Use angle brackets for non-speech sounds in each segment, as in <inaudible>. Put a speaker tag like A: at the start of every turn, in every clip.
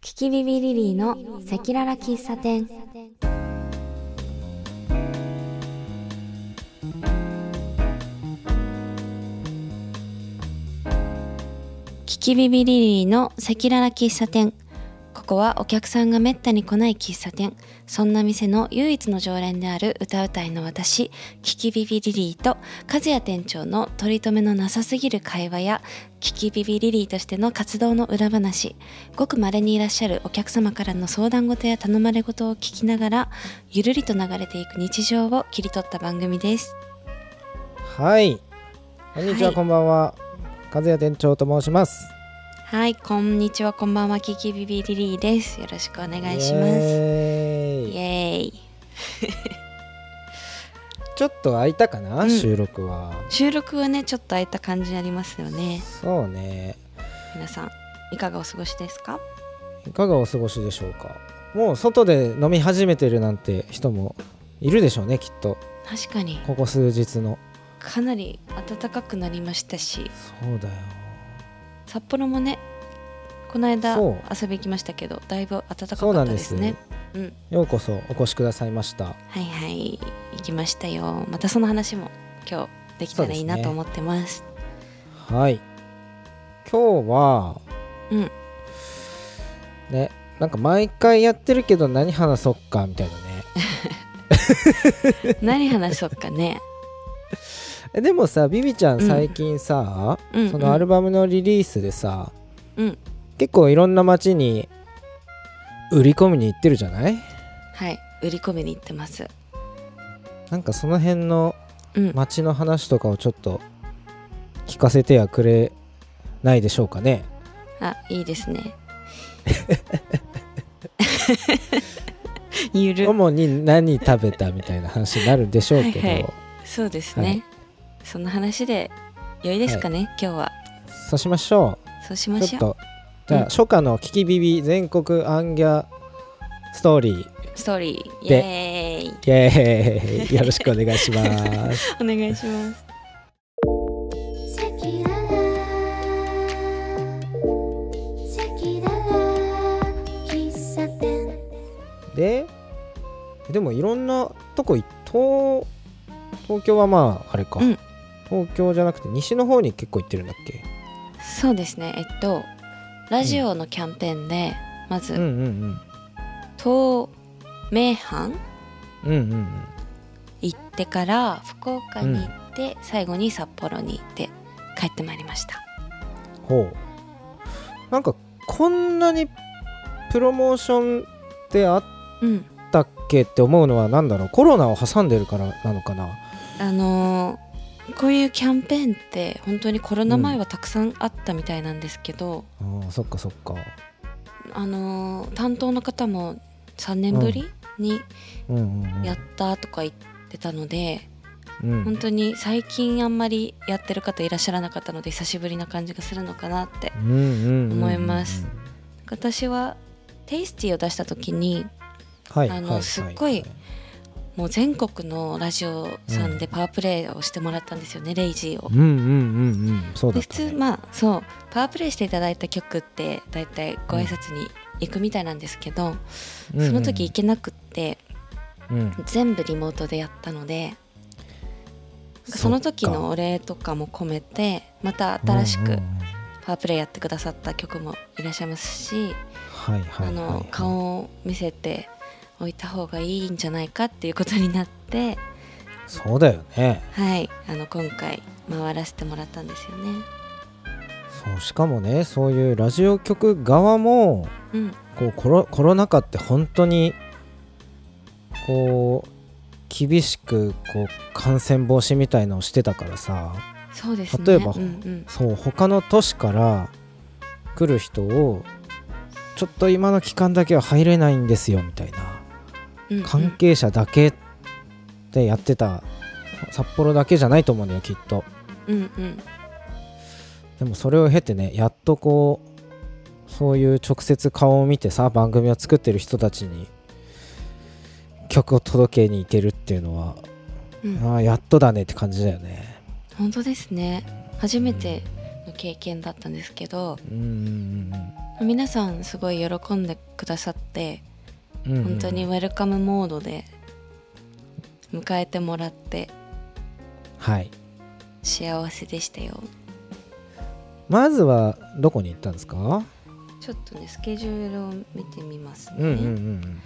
A: キキビビリリーのセキララ喫茶店キキビビリリーのセキララ喫茶店ここはお客さんがめったに来ない喫茶店そんな店の唯一の常連である歌うたいの私キキビビリリーと和也店長の取り留めのなさすぎる会話やキキビビリリーとしての活動の裏話ごくまれにいらっしゃるお客様からの相談事や頼まれ事を聞きながらゆるりと流れていく日常を切り取った番組です
B: はい。こんにちは、
A: はい
B: こんばんは。和也店長と申します。
A: はいこんにちはこんばんはキキビビリリーですよろしくお願いします
B: イエーイ
A: イエーイ
B: ちょっと空いたかな、
A: うん
B: 収録は。
A: 収録はねちょっと空いた感じありますよね
B: そうね。
A: 皆さんいかがお過ごしですか
B: いかがお過ごしでしょうか。もう外で飲み始めてるなんて人もいるでしょうね、きっと。
A: 確かに
B: ここ数日の。
A: かなり暖かくなりましたし
B: そうだよ。
A: 札幌もねこの間
B: そう
A: 遊び行きましたけどだいぶ暖か
B: そう
A: か
B: な
A: っ
B: ん
A: た
B: で
A: です
B: す。
A: ねうん
B: ようこそお越しくださいました。
A: はいはい行きましたよまたその話も今日できたらいいな
B: そうですね
A: と思ってます
B: はい。今日は、
A: うん
B: ね、なんか毎回やってるけど何話そっかみたいなね。
A: 何話そうか
B: <laughs>
A: ね
B: えでもさビビちゃん
A: うん
B: 最近さ、
A: うんうん
B: そのアルバムのリリースでさ、
A: うん
B: 結構いろんな街に売り込みに行ってるじゃない
A: はい売り込みに行ってます
B: なんかその辺の
A: うん
B: 街の話とかをちょっと聞かせてはくれないでしょうかね
A: あいいです
B: <laughs>
A: ねゆる
B: 主に何食べたみたいな話になるでしょうけど
A: はいはそうですね、
B: はい
A: そんな話で良いですかね、今日は
B: そうしましょ
A: そうし
B: う
A: ま
B: ちょ
A: し
B: っ
A: ょう
B: とじゃあ、
A: うん
B: 初夏のキキビビ全国アンギャストーリー
A: ストーリーイ
B: で
A: エーイ
B: イエーイよろしくお願いします
A: お願いします
B: ででもいろんなとこ行東東京はまああれか、
A: うん
B: 東京じゃなくて西の方に結構行ってるんだっけ
A: そうですねえっとラジオのキャンペーンで、ま
B: うんう
A: ず
B: ん
A: 東名阪
B: うんうんうん
A: 行ってから福岡に行って、最後に札幌に行って帰ってまいりました
B: ほうなんかこんなにプロモーションってあっ
A: うん
B: たっけって思うのはなんだろうコロナを挟んでるからなのかな
A: あのーこういうキャンペーンって本当にコロナ前はたくさんあったみたいなんですけど、
B: あーそっかそっか、
A: あのー担当の方も3年ぶりに
B: うんうんうん、
A: やったとか言ってたので、
B: うん
A: 本当に最近あんまりやってる方いらっしゃらなかったので久しぶりな感じがするのかなって
B: うんうんうんうん
A: 思います私はテイスティを出した時に
B: はい
A: あの
B: はは
A: すっごいもう全国のラジオさんでパワープレイをしてもらったんですよね、レイジーを
B: うん。うんうんうんそう
A: で
B: だっ
A: 普
B: たね
A: 通まあそうパワープレイしていただいた曲って大体ご挨拶に行くみたいなんですけど、
B: うんうん
A: その時行けなくって
B: うん
A: 全部リモートでやったのでその時のお礼とかも込めてまた新し
B: うんう
A: く
B: んうん
A: パワープレイやってくださった曲もいらっしゃいますし、
B: はいはいはい
A: あ
B: はい
A: の顔を見せておいた方がいいんじゃないかっていうことになって、
B: そうだよね
A: はい、あの今回回らせてもらったんですよね。
B: そうしかもねそういうラジオ局側も
A: うん、
B: こうコロコロナ禍って本当にこう厳しくこう感染防止みたいのをしてたからさ
A: そうですね。
B: 例えば
A: うんうん、
B: そう他の都市から来る人をちょっと今の期間だけは入れないんですよみたいな
A: うんうん
B: 関係者だけでやってた札幌だけじゃないと思うんだよきっと
A: うんうん、
B: でもそれを経てねやっとこうそういう直接顔を見てさ番組を作ってる人たちに曲を届けに行けるっていうのは、
A: うん、
B: ああやっとだねって感じだよね
A: 本当ですね。初めての経験だったんですけど、
B: うんうんうん
A: 皆さんすごい喜んでくださって
B: うんうん
A: 本当にウェルカムモードで迎えてもらって
B: はい
A: 幸せでしたよ
B: まずはどこに行ったんですか
A: ちょっとねスケジュールを見てみますね、
B: うんうんうんうん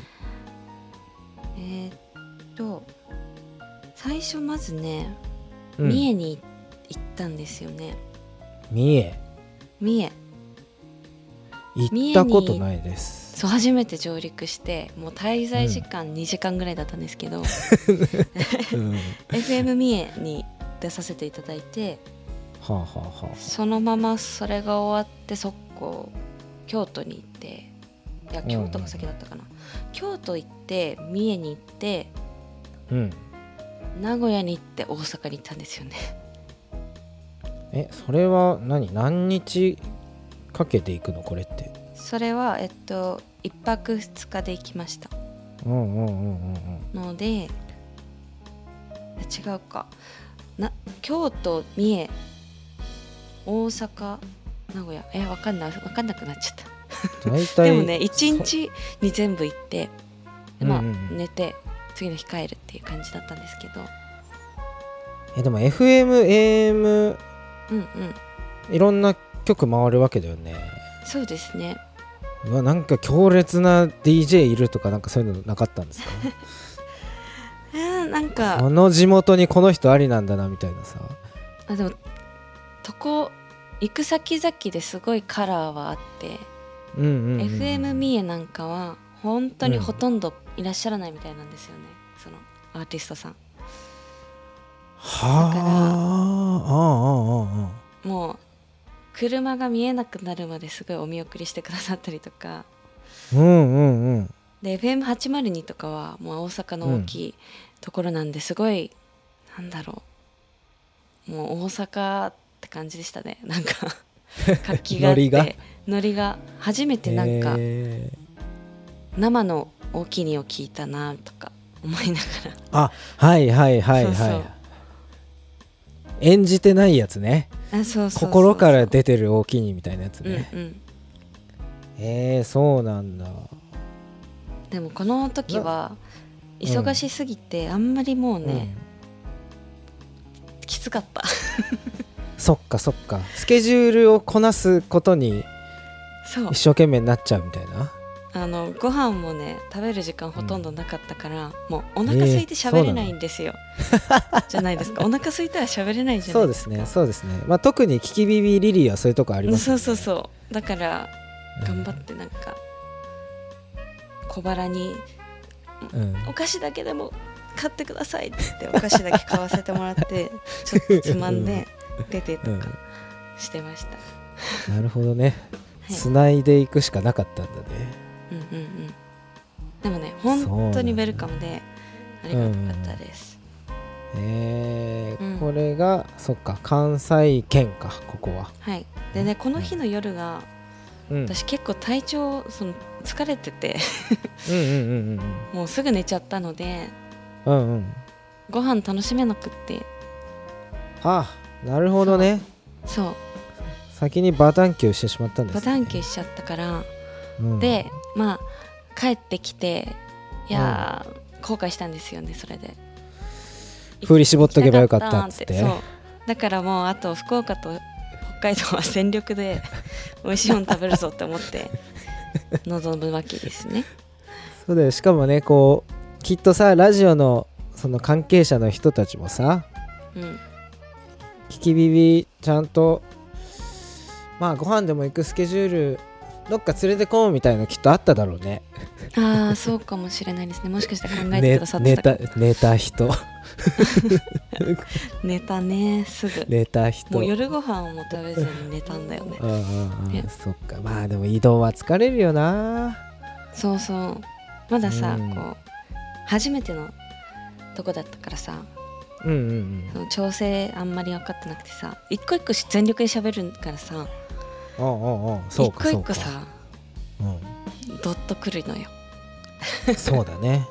A: えーっと最初まずね、
B: うん
A: 三重に行ったんですよね
B: 三重
A: 三重
B: 行ったことないです
A: そう初めて上陸してもう滞在時間2時間ぐらいだったんですけど、 <laughs>
B: うんは
A: FM 三重に出させていただいて
B: あはあは
A: そのままそれが終わって速攻京都に行っていや
B: うん
A: 京都が先だったかな、京都行って三重に行って
B: あうん
A: 名古屋に行って大阪に行ったんですよね
B: えそれは何何日かけて行くのこれって
A: それはえっと1泊2日で行きました
B: うんうんうんうんうん
A: ので違うかな京都三重大阪名古屋えわかんないわかんなくなっちゃった
B: 大体
A: でもね1日に全部行ってでまあ
B: うんうんうん
A: 寝て次の日帰るっていう感じだったんですけど
B: えでも FMAM
A: うんうん
B: いろんな曲回るわけだよね
A: そうですね
B: うわなんか強烈な DJ いるとかなんかそういうのなかったんですか
A: えーなん
B: こ
A: か
B: の地元にこの人ありなんだなみたいなさ
A: あでもとこ行く先々ですごいカラーはあって、
B: うんうん、うん、
A: FM 三重なんかは本当にほとんどいらっしゃらないみたいなんですよね、そのアーティストさん
B: はあ
A: だから
B: ああああああ
A: もう車が見えなくなるまですごいお見送りしてくださったりとか
B: うんうんうん
A: で FM802 とかはもう大阪の大きいところなんですごい、なんだろうもう大阪って感じでしたね <laughs> なん
B: <laughs>
A: か活気があって
B: ノリが
A: ノリが初めてなんか
B: えー
A: 生の大きいにを聞いたなとか思いながら
B: あはいはいはいはい
A: そうそう
B: 演じてないやつね
A: あそうそうそう
B: 心から出てる大きにみたいなやつ
A: うん
B: ね、
A: うん
B: えー、そうなんだ
A: でもこの時は
B: うん
A: 忙しすぎてあんまりもう
B: う
A: ね
B: ん、
A: きつかった
B: <laughs> そっかそっかスケジュールをこなすことに
A: そう
B: 一生懸命になっちゃうみたいな
A: あのご飯もね食べる時間ほとんどなかったから、もうお腹空いて喋れないんですよ、
B: <laughs>
A: じゃないですかお腹空いたら喋れないじゃな
B: そ
A: いうで
B: ですす
A: か
B: ねそうですね、まあ、特にキキビビリリーはそういうとこあります
A: そ
B: よ
A: う
B: ね
A: そうそうだから
B: う
A: 頑
B: ん
A: 張ってなんか小腹に
B: うん
A: お菓子だけでも買ってくださいって言ってお菓子だけ買わせてもらって
B: <laughs>
A: ちょっとつまんで出てとかしてました、
B: なるほどね
A: はい
B: つないでいくしかなかったんだね、
A: うんうんうんでもね本当にウェルカムでありがたかったです、
B: えー
A: うん
B: これがそっか関西圏かここは、
A: はいでねこの日の夜が
B: うん、
A: 私結構体調その疲れてて <laughs>
B: うんうんうん
A: もうすぐ寝ちゃったので
B: うんうんうん
A: ご飯楽しめなくって
B: あなるほどね
A: そ
B: 先にバタンキューしてしまったんで
A: う
B: す、ね、
A: バタンキューしちゃったから、
B: うん
A: でまあ帰ってきていやー、後悔したんですよねそれで
B: 振り絞っとけばよかったっつって
A: 行きたかったそうだからもうあと福岡と北海道は全力で <laughs> 美味しいもの食べるぞって思
B: <laughs>
A: って望むわけですね
B: そうだよしかもねこうきっとさラジオのその関係者の人たちもさ
A: うん
B: キキビビちゃんとまあご飯でも行くスケジュールどっか連れてこうみたいなきっとあっただろうね
A: ああそうかもしれないですねもしかして考えて
B: ね
A: くださって
B: 寝
A: たか
B: た寝
A: <laughs>
B: た人
A: 寝たねす
B: <laughs>
A: ぐ
B: 寝た人
A: もう夜ご飯も食べずに寝たんだよね
B: <laughs> うんうんう
A: ね
B: んそっかまあでも移動は疲れるよな
A: そうそうまださ、
B: うん
A: こう初めてのとこだったからさ
B: うんうんうん
A: その調整あんまり分かってなくてさ一個一個し全力で喋るからさ
B: おうおうおうそうか
A: 一個
B: そう
A: 一個
B: か
A: さ
B: う
A: ドッとくるのよ
B: ん、そうだね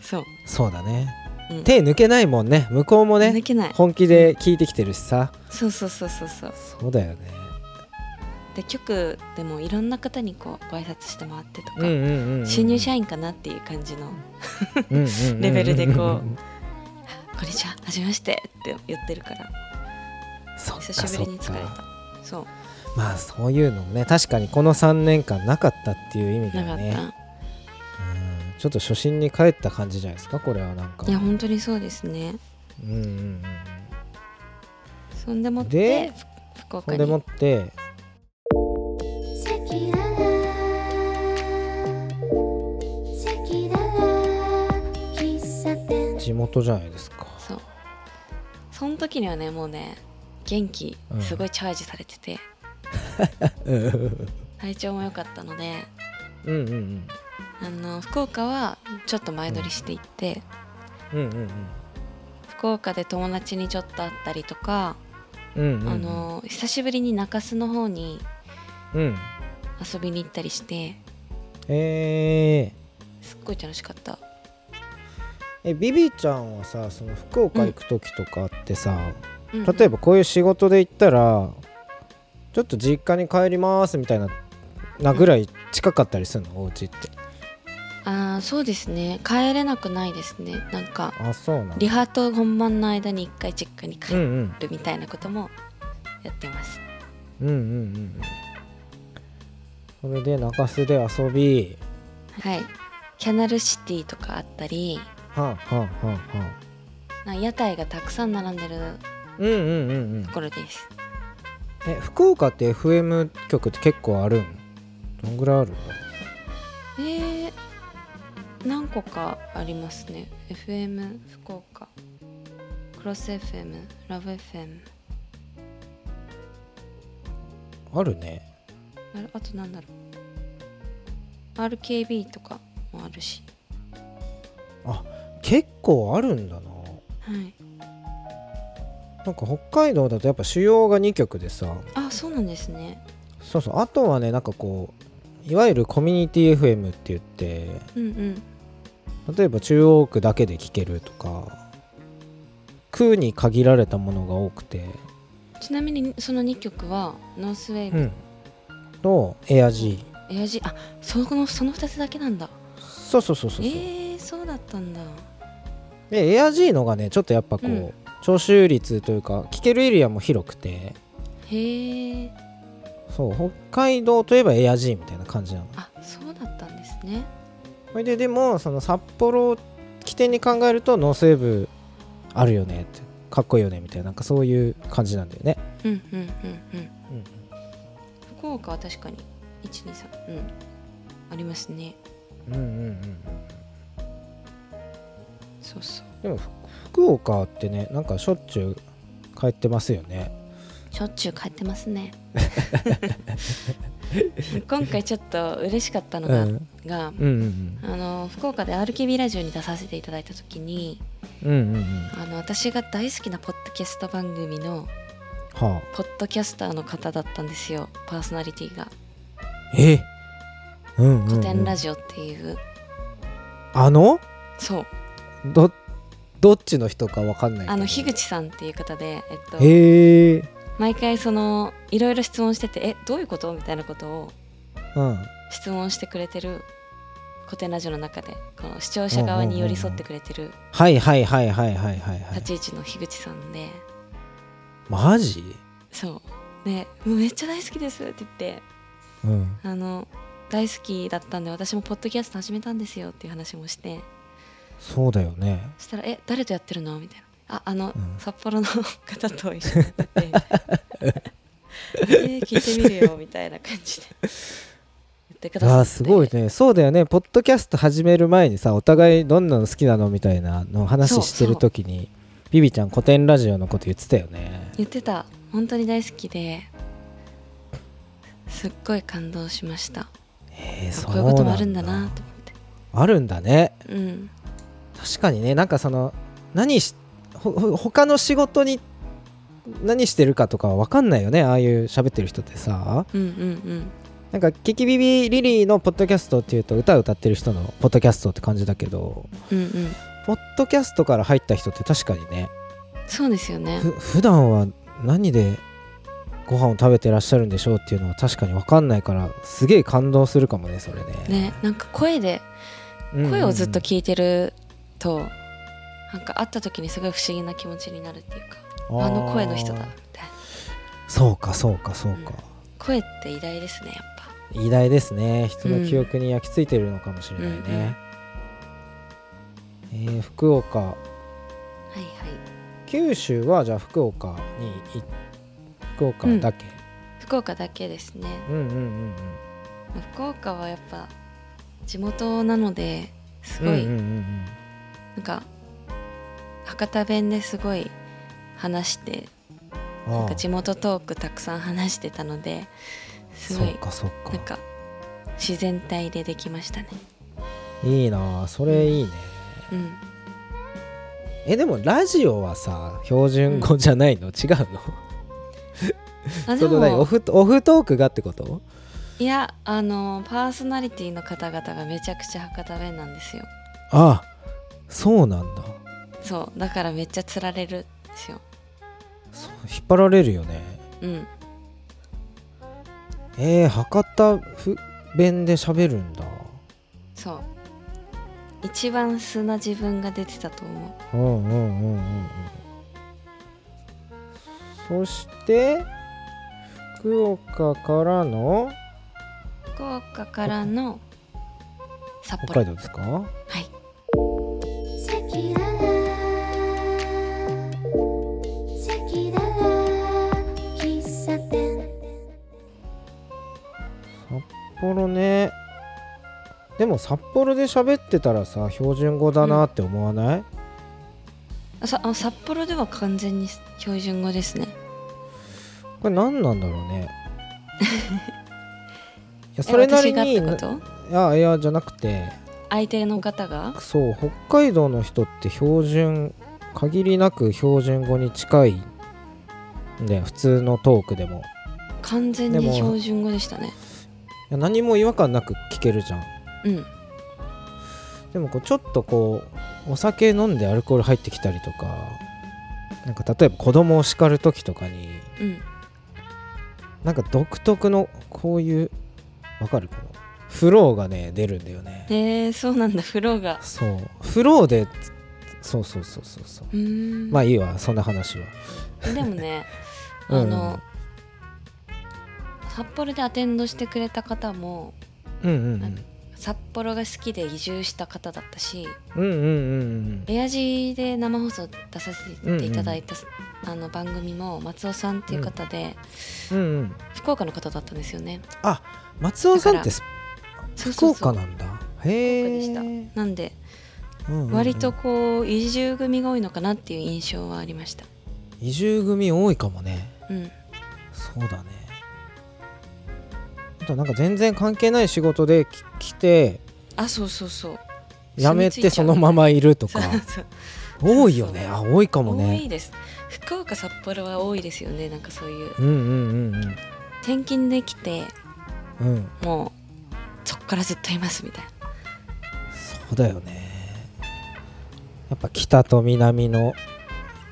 A: そう、
B: そうだね、
A: うん
B: 手抜けないもんね向こうもね
A: できない
B: 本気で聞いてきてるしさ
A: そうそうそうそうそう
B: そうだよね
A: で局でもいろんな方にこうご挨拶してもらってとか、
B: うんうんうんうん
A: 新入社員かなっていう感じの
B: うんうんうんうん
A: レベルでこ「こんにちははじめまして」って言ってるから
B: そっか
A: 久しぶりに疲れ
B: そっか
A: たそう
B: まあそういうのもね確かにこの3年間なかったっていう意味で
A: なか
B: は
A: った、
B: ねうんちょっと初心に帰った感じじゃないですかこれはなんか
A: いや本当にそうですね
B: うんうんうん
A: そんでもっ
B: で
A: てふ福
B: ほ
A: 岡
B: ん
A: に
B: でもって地元じゃないですか
A: そうその時にはねもうね元気
B: うん
A: すごいチャージされてて、
B: <laughs> うんうん
A: 体調も良かったので
B: うんうん
A: あの福岡はちょっと前乗りしていって、
B: うんうんうん
A: 福岡で友達にちょっと会ったりとか、
B: うんうんうん
A: あの久しぶりに中洲の方に
B: うん
A: 遊びに行ったりして
B: えー
A: すっごい楽しかった
B: えビビちゃんはさその福岡行く時とかってさ、
A: うん
B: 例えばこういう仕事で行ったらちょっと実家に帰りますみたいななぐらい近かったりするのお家って
A: あーそうですね帰れなくないですねなんか
B: あそうなんだ
A: リハと本番の間に一回実家に帰
B: うんう
A: る
B: ん
A: みたいなこともやってます、
B: うんうんうんそれで中洲で遊び
A: はいキャナルシティとかあったり
B: はんはんはんはん
A: なんか屋台がたくさん並んでる
B: うんうんうんうん
A: ところです
B: え福岡って FM 局って結構あるんどんぐらいあるんだ
A: えー、何個かありますね FM 福岡クロス FM ラブ FM
B: あるね
A: あれあとなんだろう RKB とかもあるし
B: 結構あるんだな
A: はい
B: なんか北海道だとやっぱ主要が2局でさ
A: あそうなんですね
B: そうそうあとはねなんかこういわゆるコミュニティ FM って言って
A: うんうん
B: 例えば中央区だけで聞けるとか区に限られたものが多くて、
A: ちなみにその2曲はノースウェーブ、
B: うん、とエアジー
A: エアジーあそこのその2つだけなんだ
B: そうそうそうそうそう、
A: えー、そうだったんだ
B: でエアジーのがねちょっとやっぱこう、
A: うん
B: 聴取率というか聞けるエリアも広くて
A: へえ
B: そう北海道といえばエアジーみたいな感じなの
A: あそうだったんですね
B: それででもその札幌を起点に考えるとノースウェーブあるよねってかっこいいよねみたいななんかそういう感じなんだよね、
A: うんうんうんうん福岡は確かに123うんありますね
B: うん、うんうんうん
A: そうそう
B: でもふ福岡ってねなんかしょっちゅう帰ってますよね
A: しょっちゅう帰ってますね <laughs> 今回ちょっと嬉しかったの
B: うんう
A: が,、が
B: んうん
A: あの福岡で RKB ラジオに出させていただいた時に
B: うんうんうんうん
A: あの私が大好きなポッドキャスト番組の
B: は
A: ポッドキャスターの方だったんですよパーソナリティが
B: あえうんうん、う
A: 古
B: ん、
A: 典ラジオっていう、
B: あの
A: そう
B: どどっちの人かわかんないけど
A: あの樋口さんっていう方で、えっと、
B: へえ
A: 毎回そのいろいろ質問してて「えどういうこと?」みたいなことを
B: うん
A: 質問してくれてる古典ラジオの中でこの視聴者側に寄り添ってくれてる
B: はいはいはいはいはいはいはい
A: 立ち位置の樋口さんで、
B: マジ
A: そうで「もうめっちゃ大好きです」って言って
B: うん
A: あの大好きだったんで私もポッドキャスト始めたんですよっていう話もして
B: そうだよね
A: そしたら「え誰とやってるの?」みたいな「ああの、
B: うん
A: 札幌の方と一緒にやっ
B: <laughs>
A: ててえー聞いてみるよ」みたいな感じで言ってくださ
B: あ
A: って
B: ーすごいねそうだよねポッドキャスト始める前にさお互いどんなの好きなのみたいなのを話してる時にビビちゃん古典ラジオのこと言ってたよね
A: 言ってた本当に大好きですっごい感動しました
B: えー、
A: あ
B: そ
A: こ
B: う
A: ういうこ
B: なん
A: と
B: だ
A: もあるんだなと思って
B: あるんだね
A: うん
B: 確かにねなんかその何しほほ他の仕事に何してるかとかは分かんないよねああいう喋ってる人ってさ
A: うんうん
B: なんかキキビビリリーのポッドキャストっていうと歌歌ってる人のポッドキャストって感じだけど
A: うんうんうん
B: ポッドキャストから入った人って確かにね
A: そうですよね
B: ふ普段は何でご飯を食べてらっしゃるんでしょうっていうのは確かに分かんないからすげえ感動するかもねそれね
A: ねなんか声で
B: うんうんうん
A: 声をずっと聞いてると、なんか会った時にすごい不思議な気持ちになるっていうかあの声の人だみ
B: あー
A: たいな
B: そうかそうかそうか、
A: 声って偉大ですねやっぱ
B: 偉大ですね人の記憶に焼き付いてるのかもしれないね、えー福岡
A: はいはい
B: 九州はじゃあ福岡にい福岡だけ、
A: 福岡だけですね
B: うん、うんうんうん
A: 福岡はやっぱ地元なのです
B: うん
A: ご
B: うん
A: い、
B: うんうん
A: なんか博多弁ですごい話してなん
B: あ
A: か
B: あ
A: 地元トークたくさん話してたのです
B: そ
A: ご
B: っ
A: い
B: かそっ
A: なん
B: か
A: か自然体でできましたね
B: いいなあそれいいね <laughs>
A: うん
B: えでもラジオはさ標準語じゃないの、違うの
A: あで
B: その何オ
A: も
B: フオフトークがってこと
A: いやあのパーソナリティの方々がめちゃくちゃ博多弁なんですよ
B: ああそうなんだ
A: そうだからめっちゃつられるんですよ
B: そう引っ張られるよね
A: うん
B: えー、博多ふ弁で喋るんだ
A: そう一番素な自分が出てたと思う
B: うんうんうんうんうんそして福岡からの
A: 福岡からの札
B: 北
A: 幌
B: 海道ですか
A: はい
B: 札幌ねでも札幌で喋ってたらさ標準語だなって思わない、
A: あさあ札幌では完全に標準語ですね
B: これ何なんだろう
A: <laughs>
B: ねいやそれなりに
A: え私がってこと
B: いやいやじゃなくて
A: 相手の方が
B: そう北海道の人って標準限りなく標準語に近いんだよ普通のトークでもい
A: 完全
B: でも
A: に標準語でしたね
B: や何も違和感なく聞けるじゃん
A: うん
B: でもこうちょっとこうお酒飲んでアルコール入ってきたりとかなんか例えば子供を叱る時とかに
A: うん
B: なんか独特のこういうわかるこのフローがね出るんだよね
A: えー、そうなんだフローが
B: そうフローでそうそうそうそうそう
A: うーん
B: まあいいわそんな話は
A: でもね
B: <laughs> うん
A: あの、札幌でアテンドしてくれた方も
B: うんうんうん
A: 札幌が好きで移住した方だったし
B: うんうんうん
A: エアジーで生放送出させていただいた、あの番組も松尾さんっていう方で、
B: うんうんうん
A: 福岡の方だったんですよね
B: 松尾さんってす
A: そう
B: 福
A: そうそう
B: 岡なんだへえ
A: 福岡でなんで
B: うんうんうん
A: 割とこう移住組が多いのかなっていう印象はありました
B: 移住組多いかもね
A: うん
B: そうだねあとなんか全然関係ない仕事でき来て
A: あそうそうそう
B: 辞
A: 住
B: め
A: み着
B: て
A: いちゃ
B: そうのままいると
A: そ
B: か
A: うそう
B: 多いよねあ多いかも
A: 多
B: ね
A: いです福岡札幌は多いですよねなんかそういう
B: うんうんうん
A: 転勤できて
B: うんうん
A: もうそっからずっといますみたいな
B: そうだよねやっぱ北と南の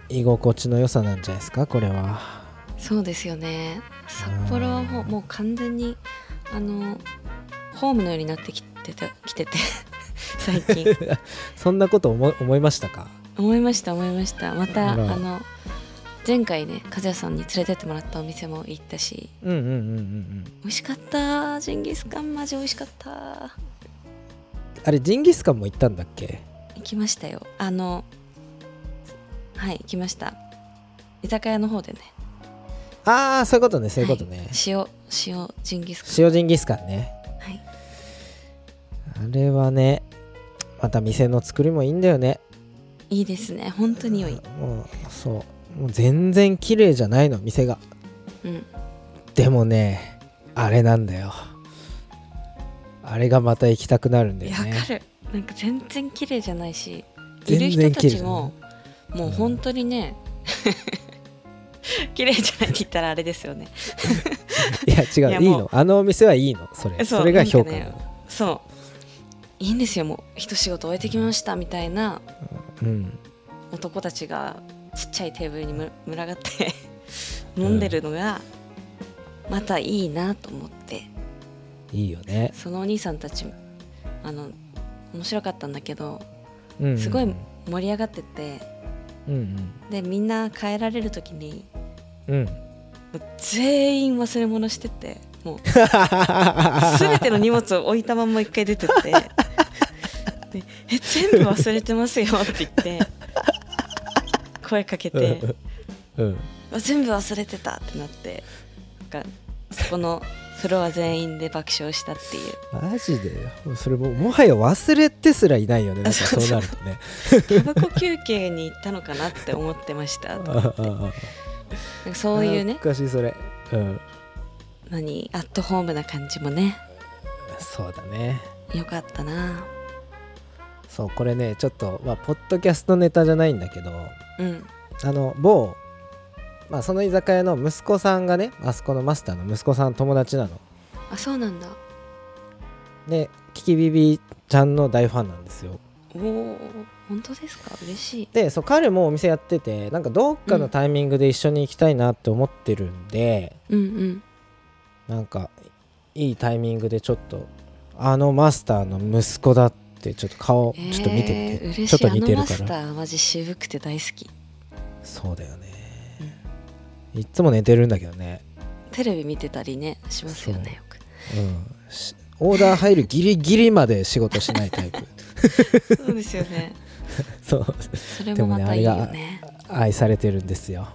B: 居心地の良さなんじゃないですかこれは
A: そうですよね札幌はもうもう完全にあのホームのようになってきてた来て <laughs> て最近
B: そんなこと思い思いましたか
A: 思いました思いましたまたあ
B: あら
A: の前回ね和也さんに連れてってもらったお店も行ったし
B: うんうんうんうんうん
A: 美味しかったジンギスカンマジ美味しかった
B: あれジンギスカンも行ったんだっけ
A: 行きましたよあのはい行きました居酒屋の方でね
B: ああそういうことねそういうことね、
A: 塩塩ジンギスカ
B: 塩ジンギスカンね
A: ンはい
B: あれはねまた店の作りもいいんだよね
A: いいですね本当に良い
B: もうそうもう全然綺麗じゃないの店が
A: うん
B: でもねあれなんだよあれがまた行きたくなるんだ
A: い
B: よ
A: やわ
B: ね
A: かるなんか全然綺麗じゃないしいる
B: 全
A: 人
B: 然
A: た
B: 綺麗
A: ち
B: じゃな
A: も
B: い
A: もう本当にね <laughs> 綺麗じゃないって言ったらあれですよね
B: いや違う
A: い
B: い
A: や
B: い
A: もう
B: のあのお店はいいのそれ
A: そう
B: それが評価な
A: なんか
B: の
A: そういいんですよもう一仕事終えてきましたみたいな
B: うん
A: 男たちがちっちゃいテーブルにむ群がって飲んでるのがまたいいなと思って
B: いいよね、
A: そのお兄さんたちあの面白かったんだけど
B: うんうん
A: すごい盛り上がってて
B: うん
A: でみんな帰られる時に
B: うんうん
A: もう全員忘れ物しててもう全ての荷物を置いたまんま一回出てってでえ全部忘れてますよって言って声かけて
B: <laughs> うん
A: あ全部忘れてたってなってなんかそこのフロア全員で爆笑したっていう
B: マジでそれももはや忘れてすらいないよねなんか
A: そう
B: そう
A: そ
B: な
A: う
B: るとね
A: タバコ休憩に行ったのかなって思ってましたと
B: あああ
A: なんか <laughs> そういうね
B: おかしいそれうん
A: 何アットホームな感じもね
B: そうだね
A: よかったな
B: そうこれねちょっと、まあ、ポッドキャストネタじゃないんだけどあ
A: うん
B: の某、まあ、その居酒屋の息子さんがねあそこのマスターの息子さん友達なの
A: あそうなんだ
B: でキキビビちゃんの大ファンなんですよ
A: おお本当ですか嬉しい
B: でそう彼もお店やっててなんかどっかのタイミングで一緒に行きたいなって思ってるんで、
A: うんうん
B: なんかいいタイミングでちょっとあのマスターの息子だってちょっと顔ちょっと見て
A: えー
B: て、
A: 嬉しい
B: ちょっと似て
A: あの
B: る
A: マ
B: か
A: スタ
B: ら
A: ーマジ渋くて大好き
B: そうだよね、いっつも寝てるんだけどね
A: テレビ見てたりねしますよねよく
B: うんしオーダー入るギリギリまで仕事しないタイプ
A: そうですよね
B: そう
A: <laughs> それ
B: で
A: も
B: も
A: ま
B: ね
A: たいいよ
B: あれが
A: ね
B: 愛されてるんですよ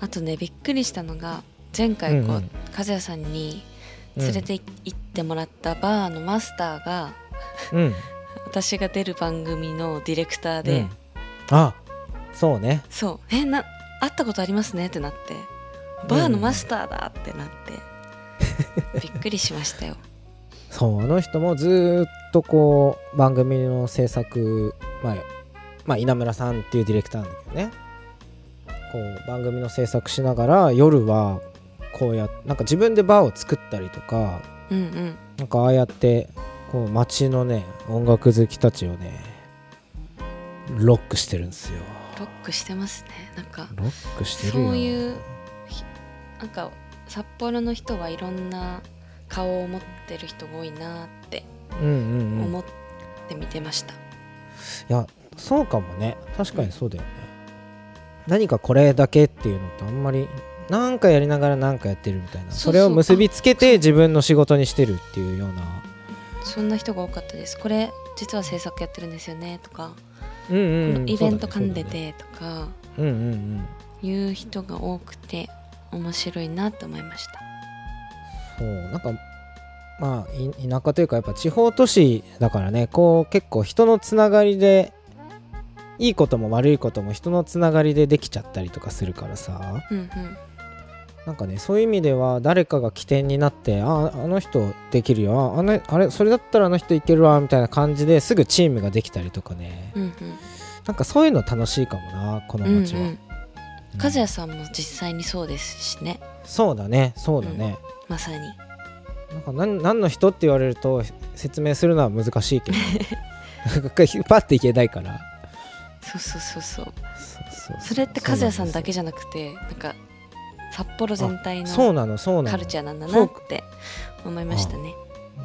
A: あとねびっくりしたのが前回こう、
B: うんうん
A: 和也さんに連れて行ってもらったバーのマスターが、
B: うん
A: 私が出る番組のディレクターで、
B: うんあそうね
A: そう「えな会ったことありますね」ってなって「バーのマスターだ」ってなって、
B: <laughs>
A: びっくりしましたよ。
B: そうあの人もずーっとこう番組の制作、まあ、まあ稲村さんっていうディレクターなんだけどねこう番組の制作しながら夜はこうやなんか自分でバーを作ったりとか
A: うんうん
B: なんかああやってこう街のね音楽好きたちをねロックしてるんですよ
A: ロックしてますねなんか
B: ロックしてるよ
A: そういうひなんか札幌の人はいろんな顔を持ってる人が多いなって
B: うんうんうんい
A: 思って見てました。
B: やそうかもね確かにそうだよね、何かこれだけっていうのってあんまりなんかやりながらなんかやってるみたいな
A: そうそう
B: それを結びつけて自分の仕事にしてるっていうような
A: そんな人が多かったです。これ実は制作やってるんですよねとか、
B: うんうん
A: こ
B: う
A: の
B: ん
A: イベント噛んで
B: そう
A: てとか
B: だねうんうんうん
A: いう人が多くて面白いなと思いました。
B: そうなんかまあい田舎というかやっぱ地方都市だからねこう結構人のつながりでいいことも悪いことも人のつながりでできちゃったりとかするからさ
A: うんうん。
B: なんかねそういう意味では誰かが起点になってああの人できるよああのあれそれだったらあの人いけるわみたいな感じですぐチームができたりとかね
A: うんうん、
B: なんかそういうの楽しいかもなこの
A: うんう
B: 街は、
A: ん、
B: うん
A: 和也さんも実際にそうですしね
B: そうだねそうだね、
A: まさに
B: なんか何何の人って言われると説明するのは難しいけどなんか引っ張っていけないから
A: そうそうそうそう
B: そうそうう
A: それって和也さんだけ
B: じ
A: じゃなくてなんか札幌全体
B: そう
A: の
B: なのそうなの
A: カルチャーなんだなって思いましたね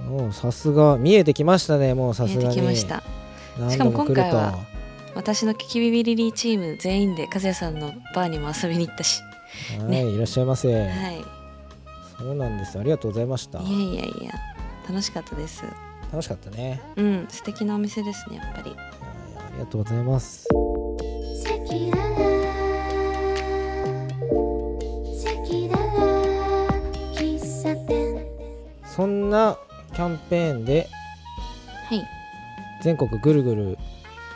B: もうさすが見えてきましたねもうさ
A: 見
B: す
A: えて
B: がに
A: きました
B: 何
A: しか
B: 度
A: も
B: も
A: 今
B: 来る
A: 回
B: と
A: は私のキキビビリリチーム全員で和也さんのバーにも遊びに行ったし
B: はい、
A: ね
B: いらっしゃいませ、
A: <laughs> はい
B: そうなんですありがとうございました
A: いやいやいや楽しかったです
B: 楽しかったね
A: うん素敵なお店ですねやっぱり
B: はいありがとうございます
C: セキララセキララ喫茶店
B: そんなキャンペーンで
A: はい
B: 全国ぐるぐる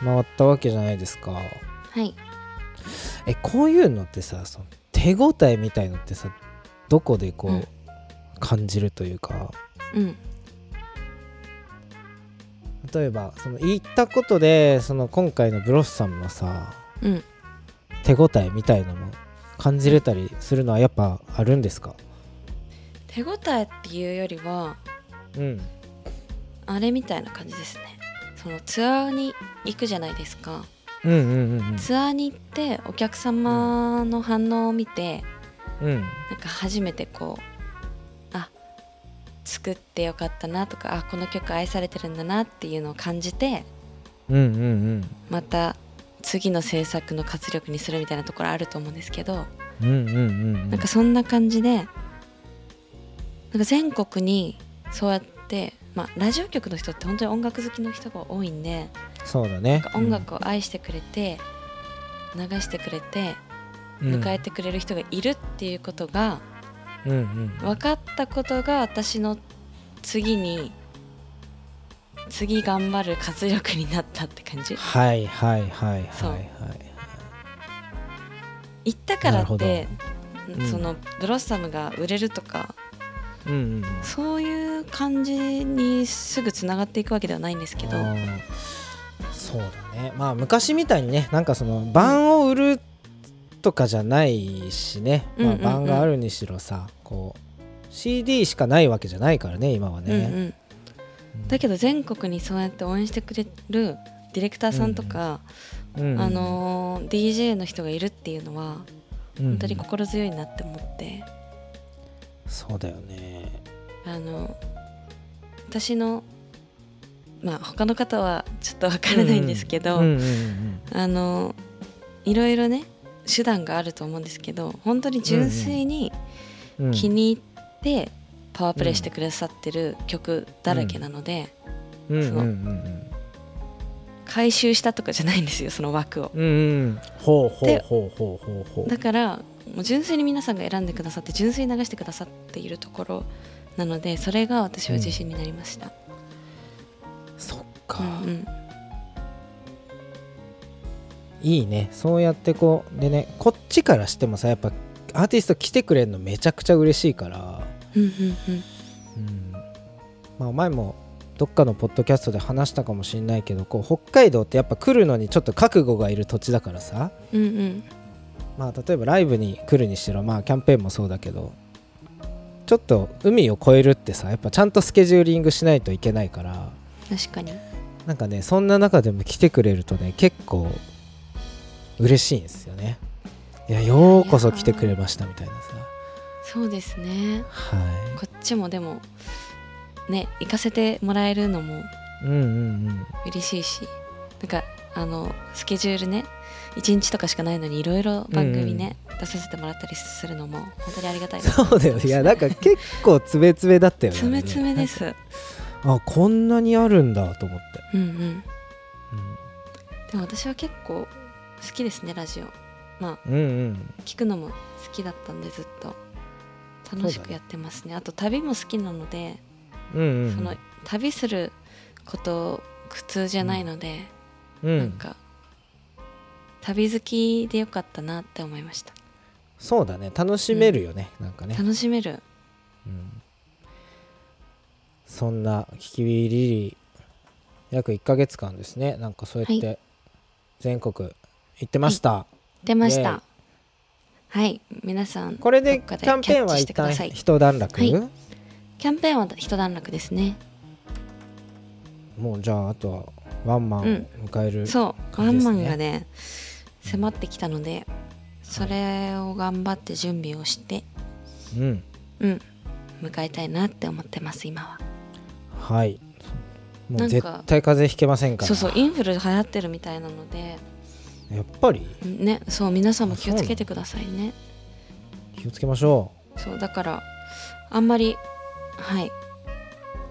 B: 回ったわけじゃないですか
A: はい
B: えこういうのってさその手応えみたいのってさどこでこう、
A: うん
B: 感じるというか
A: うん
B: 例えばその行ったことでその今回のブロッサムのさ
A: うん
B: 手応えみたいのも感じれたりするのはやっぱあるんですか
A: 手応えっていうよりは
B: うん
A: あれみたいな感じですねそのツアーに行くじゃないですか
B: うんうんうんうん
A: ツアーに行ってお客様の反応を見て、
B: うん
A: なんか初めてこうあ作ってよかったなとかあこの曲愛されてるんだなっていうのを感じて
B: うんうんうん
A: また次の制作の活力にするみたいなところあると思うんですけど
B: うんうんうん
A: なんかそんな感じでなんか全国にそうやって、まあ、ラジオ局の人って本当に音楽好きの人が多いんで
B: そうだ
A: な
B: ね
A: んか音楽を愛してくれて流してくれて
B: うん
A: 迎えてくれる人がいるっていうことが、
B: うんうん
A: 分かったことが私の次に次頑張る活力になったって
B: <laughs>
A: 感じ
B: はいはいはいはい
A: そう
B: はい
A: 行ったからっ
B: な
A: て
B: る、
A: うん
B: うん
A: そのブロッサムが売れるとか
B: うんうんうん
A: そういう感じにすぐつながっていくわけではないんですけど
B: あーそうだねまあ昔みたいにねなんかその版を売るとかじゃないしね、
A: うん
B: まあ、
A: うんうん
B: 版があるにしろさこう CD しかないわけじゃないからね今は
A: うんう
B: ね、
A: ん、だけど全国にそうやって応援してくれるディレクターさんとか、
B: ど、うん
A: あのー DJ の人がいるっていうのは本当に
B: うん
A: 心強いなって思って。
B: そうだよね
A: あの私のまあ他の方はちょっとわからないんですけど、
B: うんうんうん
A: あのいろいろね手段があると思うんですけど本当に純粋に
B: うんうん
A: 気に入ってパワープレイしてくださってる曲だらけなので、
B: うんうん
A: そううん回収したとかじゃないんですよその枠を。
B: うんうんほうほうほうほうほうほう
A: だからもう純粋に皆さんが選んでくださって純粋に流してくださっているところなのでそれが私は自信になりました。
B: そっ
A: う
B: か、
A: んうん
B: いいねそうやってこうでねこっちからしてもさやっぱアーティスト来てくれるのめちゃくちゃ嬉しいから
A: うんうんうん
B: うんまあ、前もどっかのポッドキャストで話したかもしれないけどこう北海道ってやっぱ来るのにちょっと覚悟がいる土地だからさ、
A: うんうん
B: まあ、例えばライブに来るにしろ、まあ、キャンペーンもそうだけどちょっと海を越えるってさやっぱちゃんとスケジューリングしないといけないから
A: 確かに
B: なんかねそんな中でも来てくれるとね結構嬉しいんですよね。いやようこそ来てくれましたみたいなさ。
A: そうですね
B: はい
A: こっちもでもね行かせてもらえるのも
B: うんうん
A: 嬉しいしなんかあのスケジュールね1日とかしかないのにいろいろ番組ね、出させてもらったりするのも本当にありがた
B: う
A: い
B: ん、
A: です
B: そうだよいやなんか結構つべつべだったよね。
A: つめつめです
B: あこんなにあるんだと思って、
A: うんうんでも私は結構好きですねラジオま
B: うん、うんうん
A: あ聞くのも好きだったんでずっと楽しくやってますねあと旅も好きなので、
B: うんうんうん
A: その旅すること苦痛じゃないので、
B: うん
A: なんか旅好きでよかったなって思いました
B: そうだね楽しめるよね、なんかね、
A: 楽しめる
B: うんそんな「キキビリリ」約1ヶ月間ですねなんかそうやっ
A: は
B: て全国行ってました、
A: 出まし
B: イェイ
A: たはい皆さん
B: これ
A: ど
B: で
A: っ
B: キ
A: かで
B: ャンペー
A: キャ
B: ン
A: ッ
B: は
A: チして
B: 一
A: くだ
B: 旦
A: さい
B: 一段落、
A: はいキャンペーンは一段落ですね
B: もうじゃああとはワンマンを迎える、
A: そうワ
B: 感じ
A: ン
B: ですね
A: マンがね迫ってきたのでそれを頑張って準備をして
B: うん
A: うん迎えたいなって思ってます今は
B: はいも
A: な
B: うん
A: か
B: 絶対風邪ひけませんから
A: そうそうインフル流行ってるみたいなので
B: やっぱり
A: ねそう皆さんも気をつけてくださいね
B: 気をつけましょ
A: そうだからあんまりはい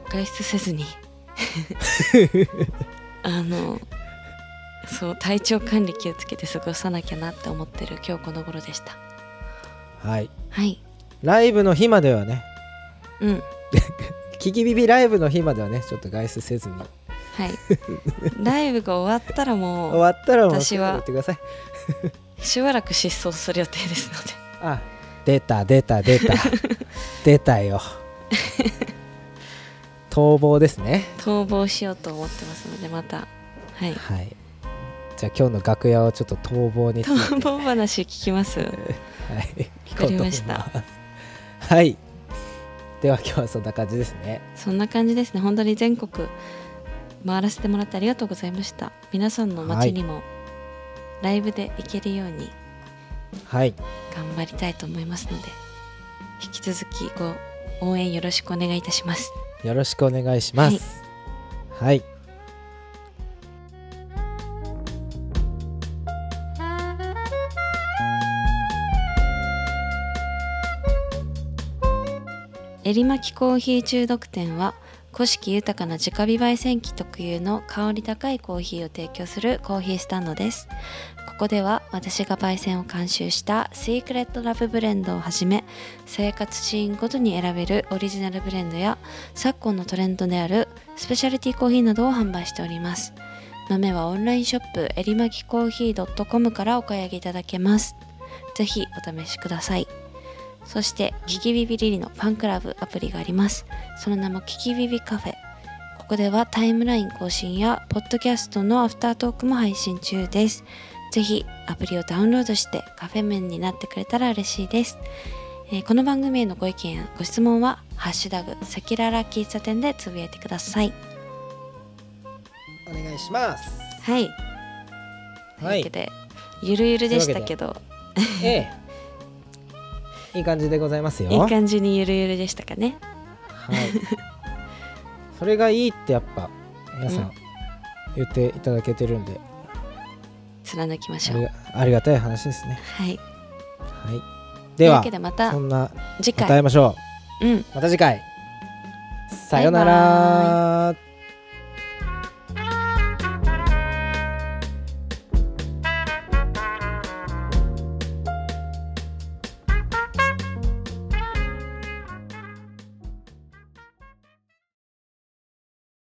A: 外出せずに <laughs> あのそう体調管理気をつけて過ごさなきゃなって思ってる今日この頃でした
B: うはい
A: はい
B: ライブの日まではね
A: うん
B: キキビビライブの日まではねちょっと外出せずに <laughs>
A: はいライブが終わったら
B: 終
A: もう
B: わったらもう
A: 私は
B: 言ってください
A: しばらく失踪する予定ですので
B: あ出た出た出
A: <laughs>
B: た出たよ逃亡ですね
A: 逃亡しようと思ってますのでまた
B: <laughs>
A: はい
B: はいじゃあ今日の楽屋をちょっと逃亡について
A: <laughs> 逃亡話聞きます
B: はい聞
A: わかりました
B: こうと思いますはいでは今日はそんな感じですね
A: そんな感じですね。本当に全国回らせてもらってありがとうございました。皆さんの街にもライブで行けるように
B: はい
A: 頑張りたいと思いますので引き続きご応援よろしくお願いいたします
B: よろしくお願いしますはい、
A: 練馬木コーヒー中毒店は古式豊かな直火焙煎機特有の香り高いコーヒーを提供するコーヒースタンドですここでは私が焙煎を監修したシークレットラブブレンドをはじめ生活シーンごとに選べるオリジナルブレンドや昨今のトレンドであるスペシャルティーコーヒーなどを販売しております豆はオンラインショップえりまきコーヒー .com からお買い上げいただけますぜひお試しくださいそしてキキビビリリのファンクラブアプリがありますその名もキキビビカフェここではタイムライン更新やポッドキャストのアフタートークも配信中ですぜひアプリをダウンロードしてカフェ面になってくれたら嬉しいです、えーこの番組へのご意見やご質問は「ハッシュタグセキララ喫茶店」でつぶやいてください
B: お願いします
A: はい、
B: は
A: というわけ
B: い
A: でゆるゆるでしたけど
B: ええいい感じでございますよ
A: いい感じにゆるゆるでしたかね
B: はい、それがいいってやっぱ皆さ
A: うん
B: ん言っていただけてるんで、
A: 貫きまし
B: あ
A: ょう
B: りがありがたい話ですね、
A: はい
B: はい、では
A: というわけでまた
B: そんな
A: 次
B: また会
A: 回
B: いましょ
A: うん
B: うまた次回さよなら
A: バイ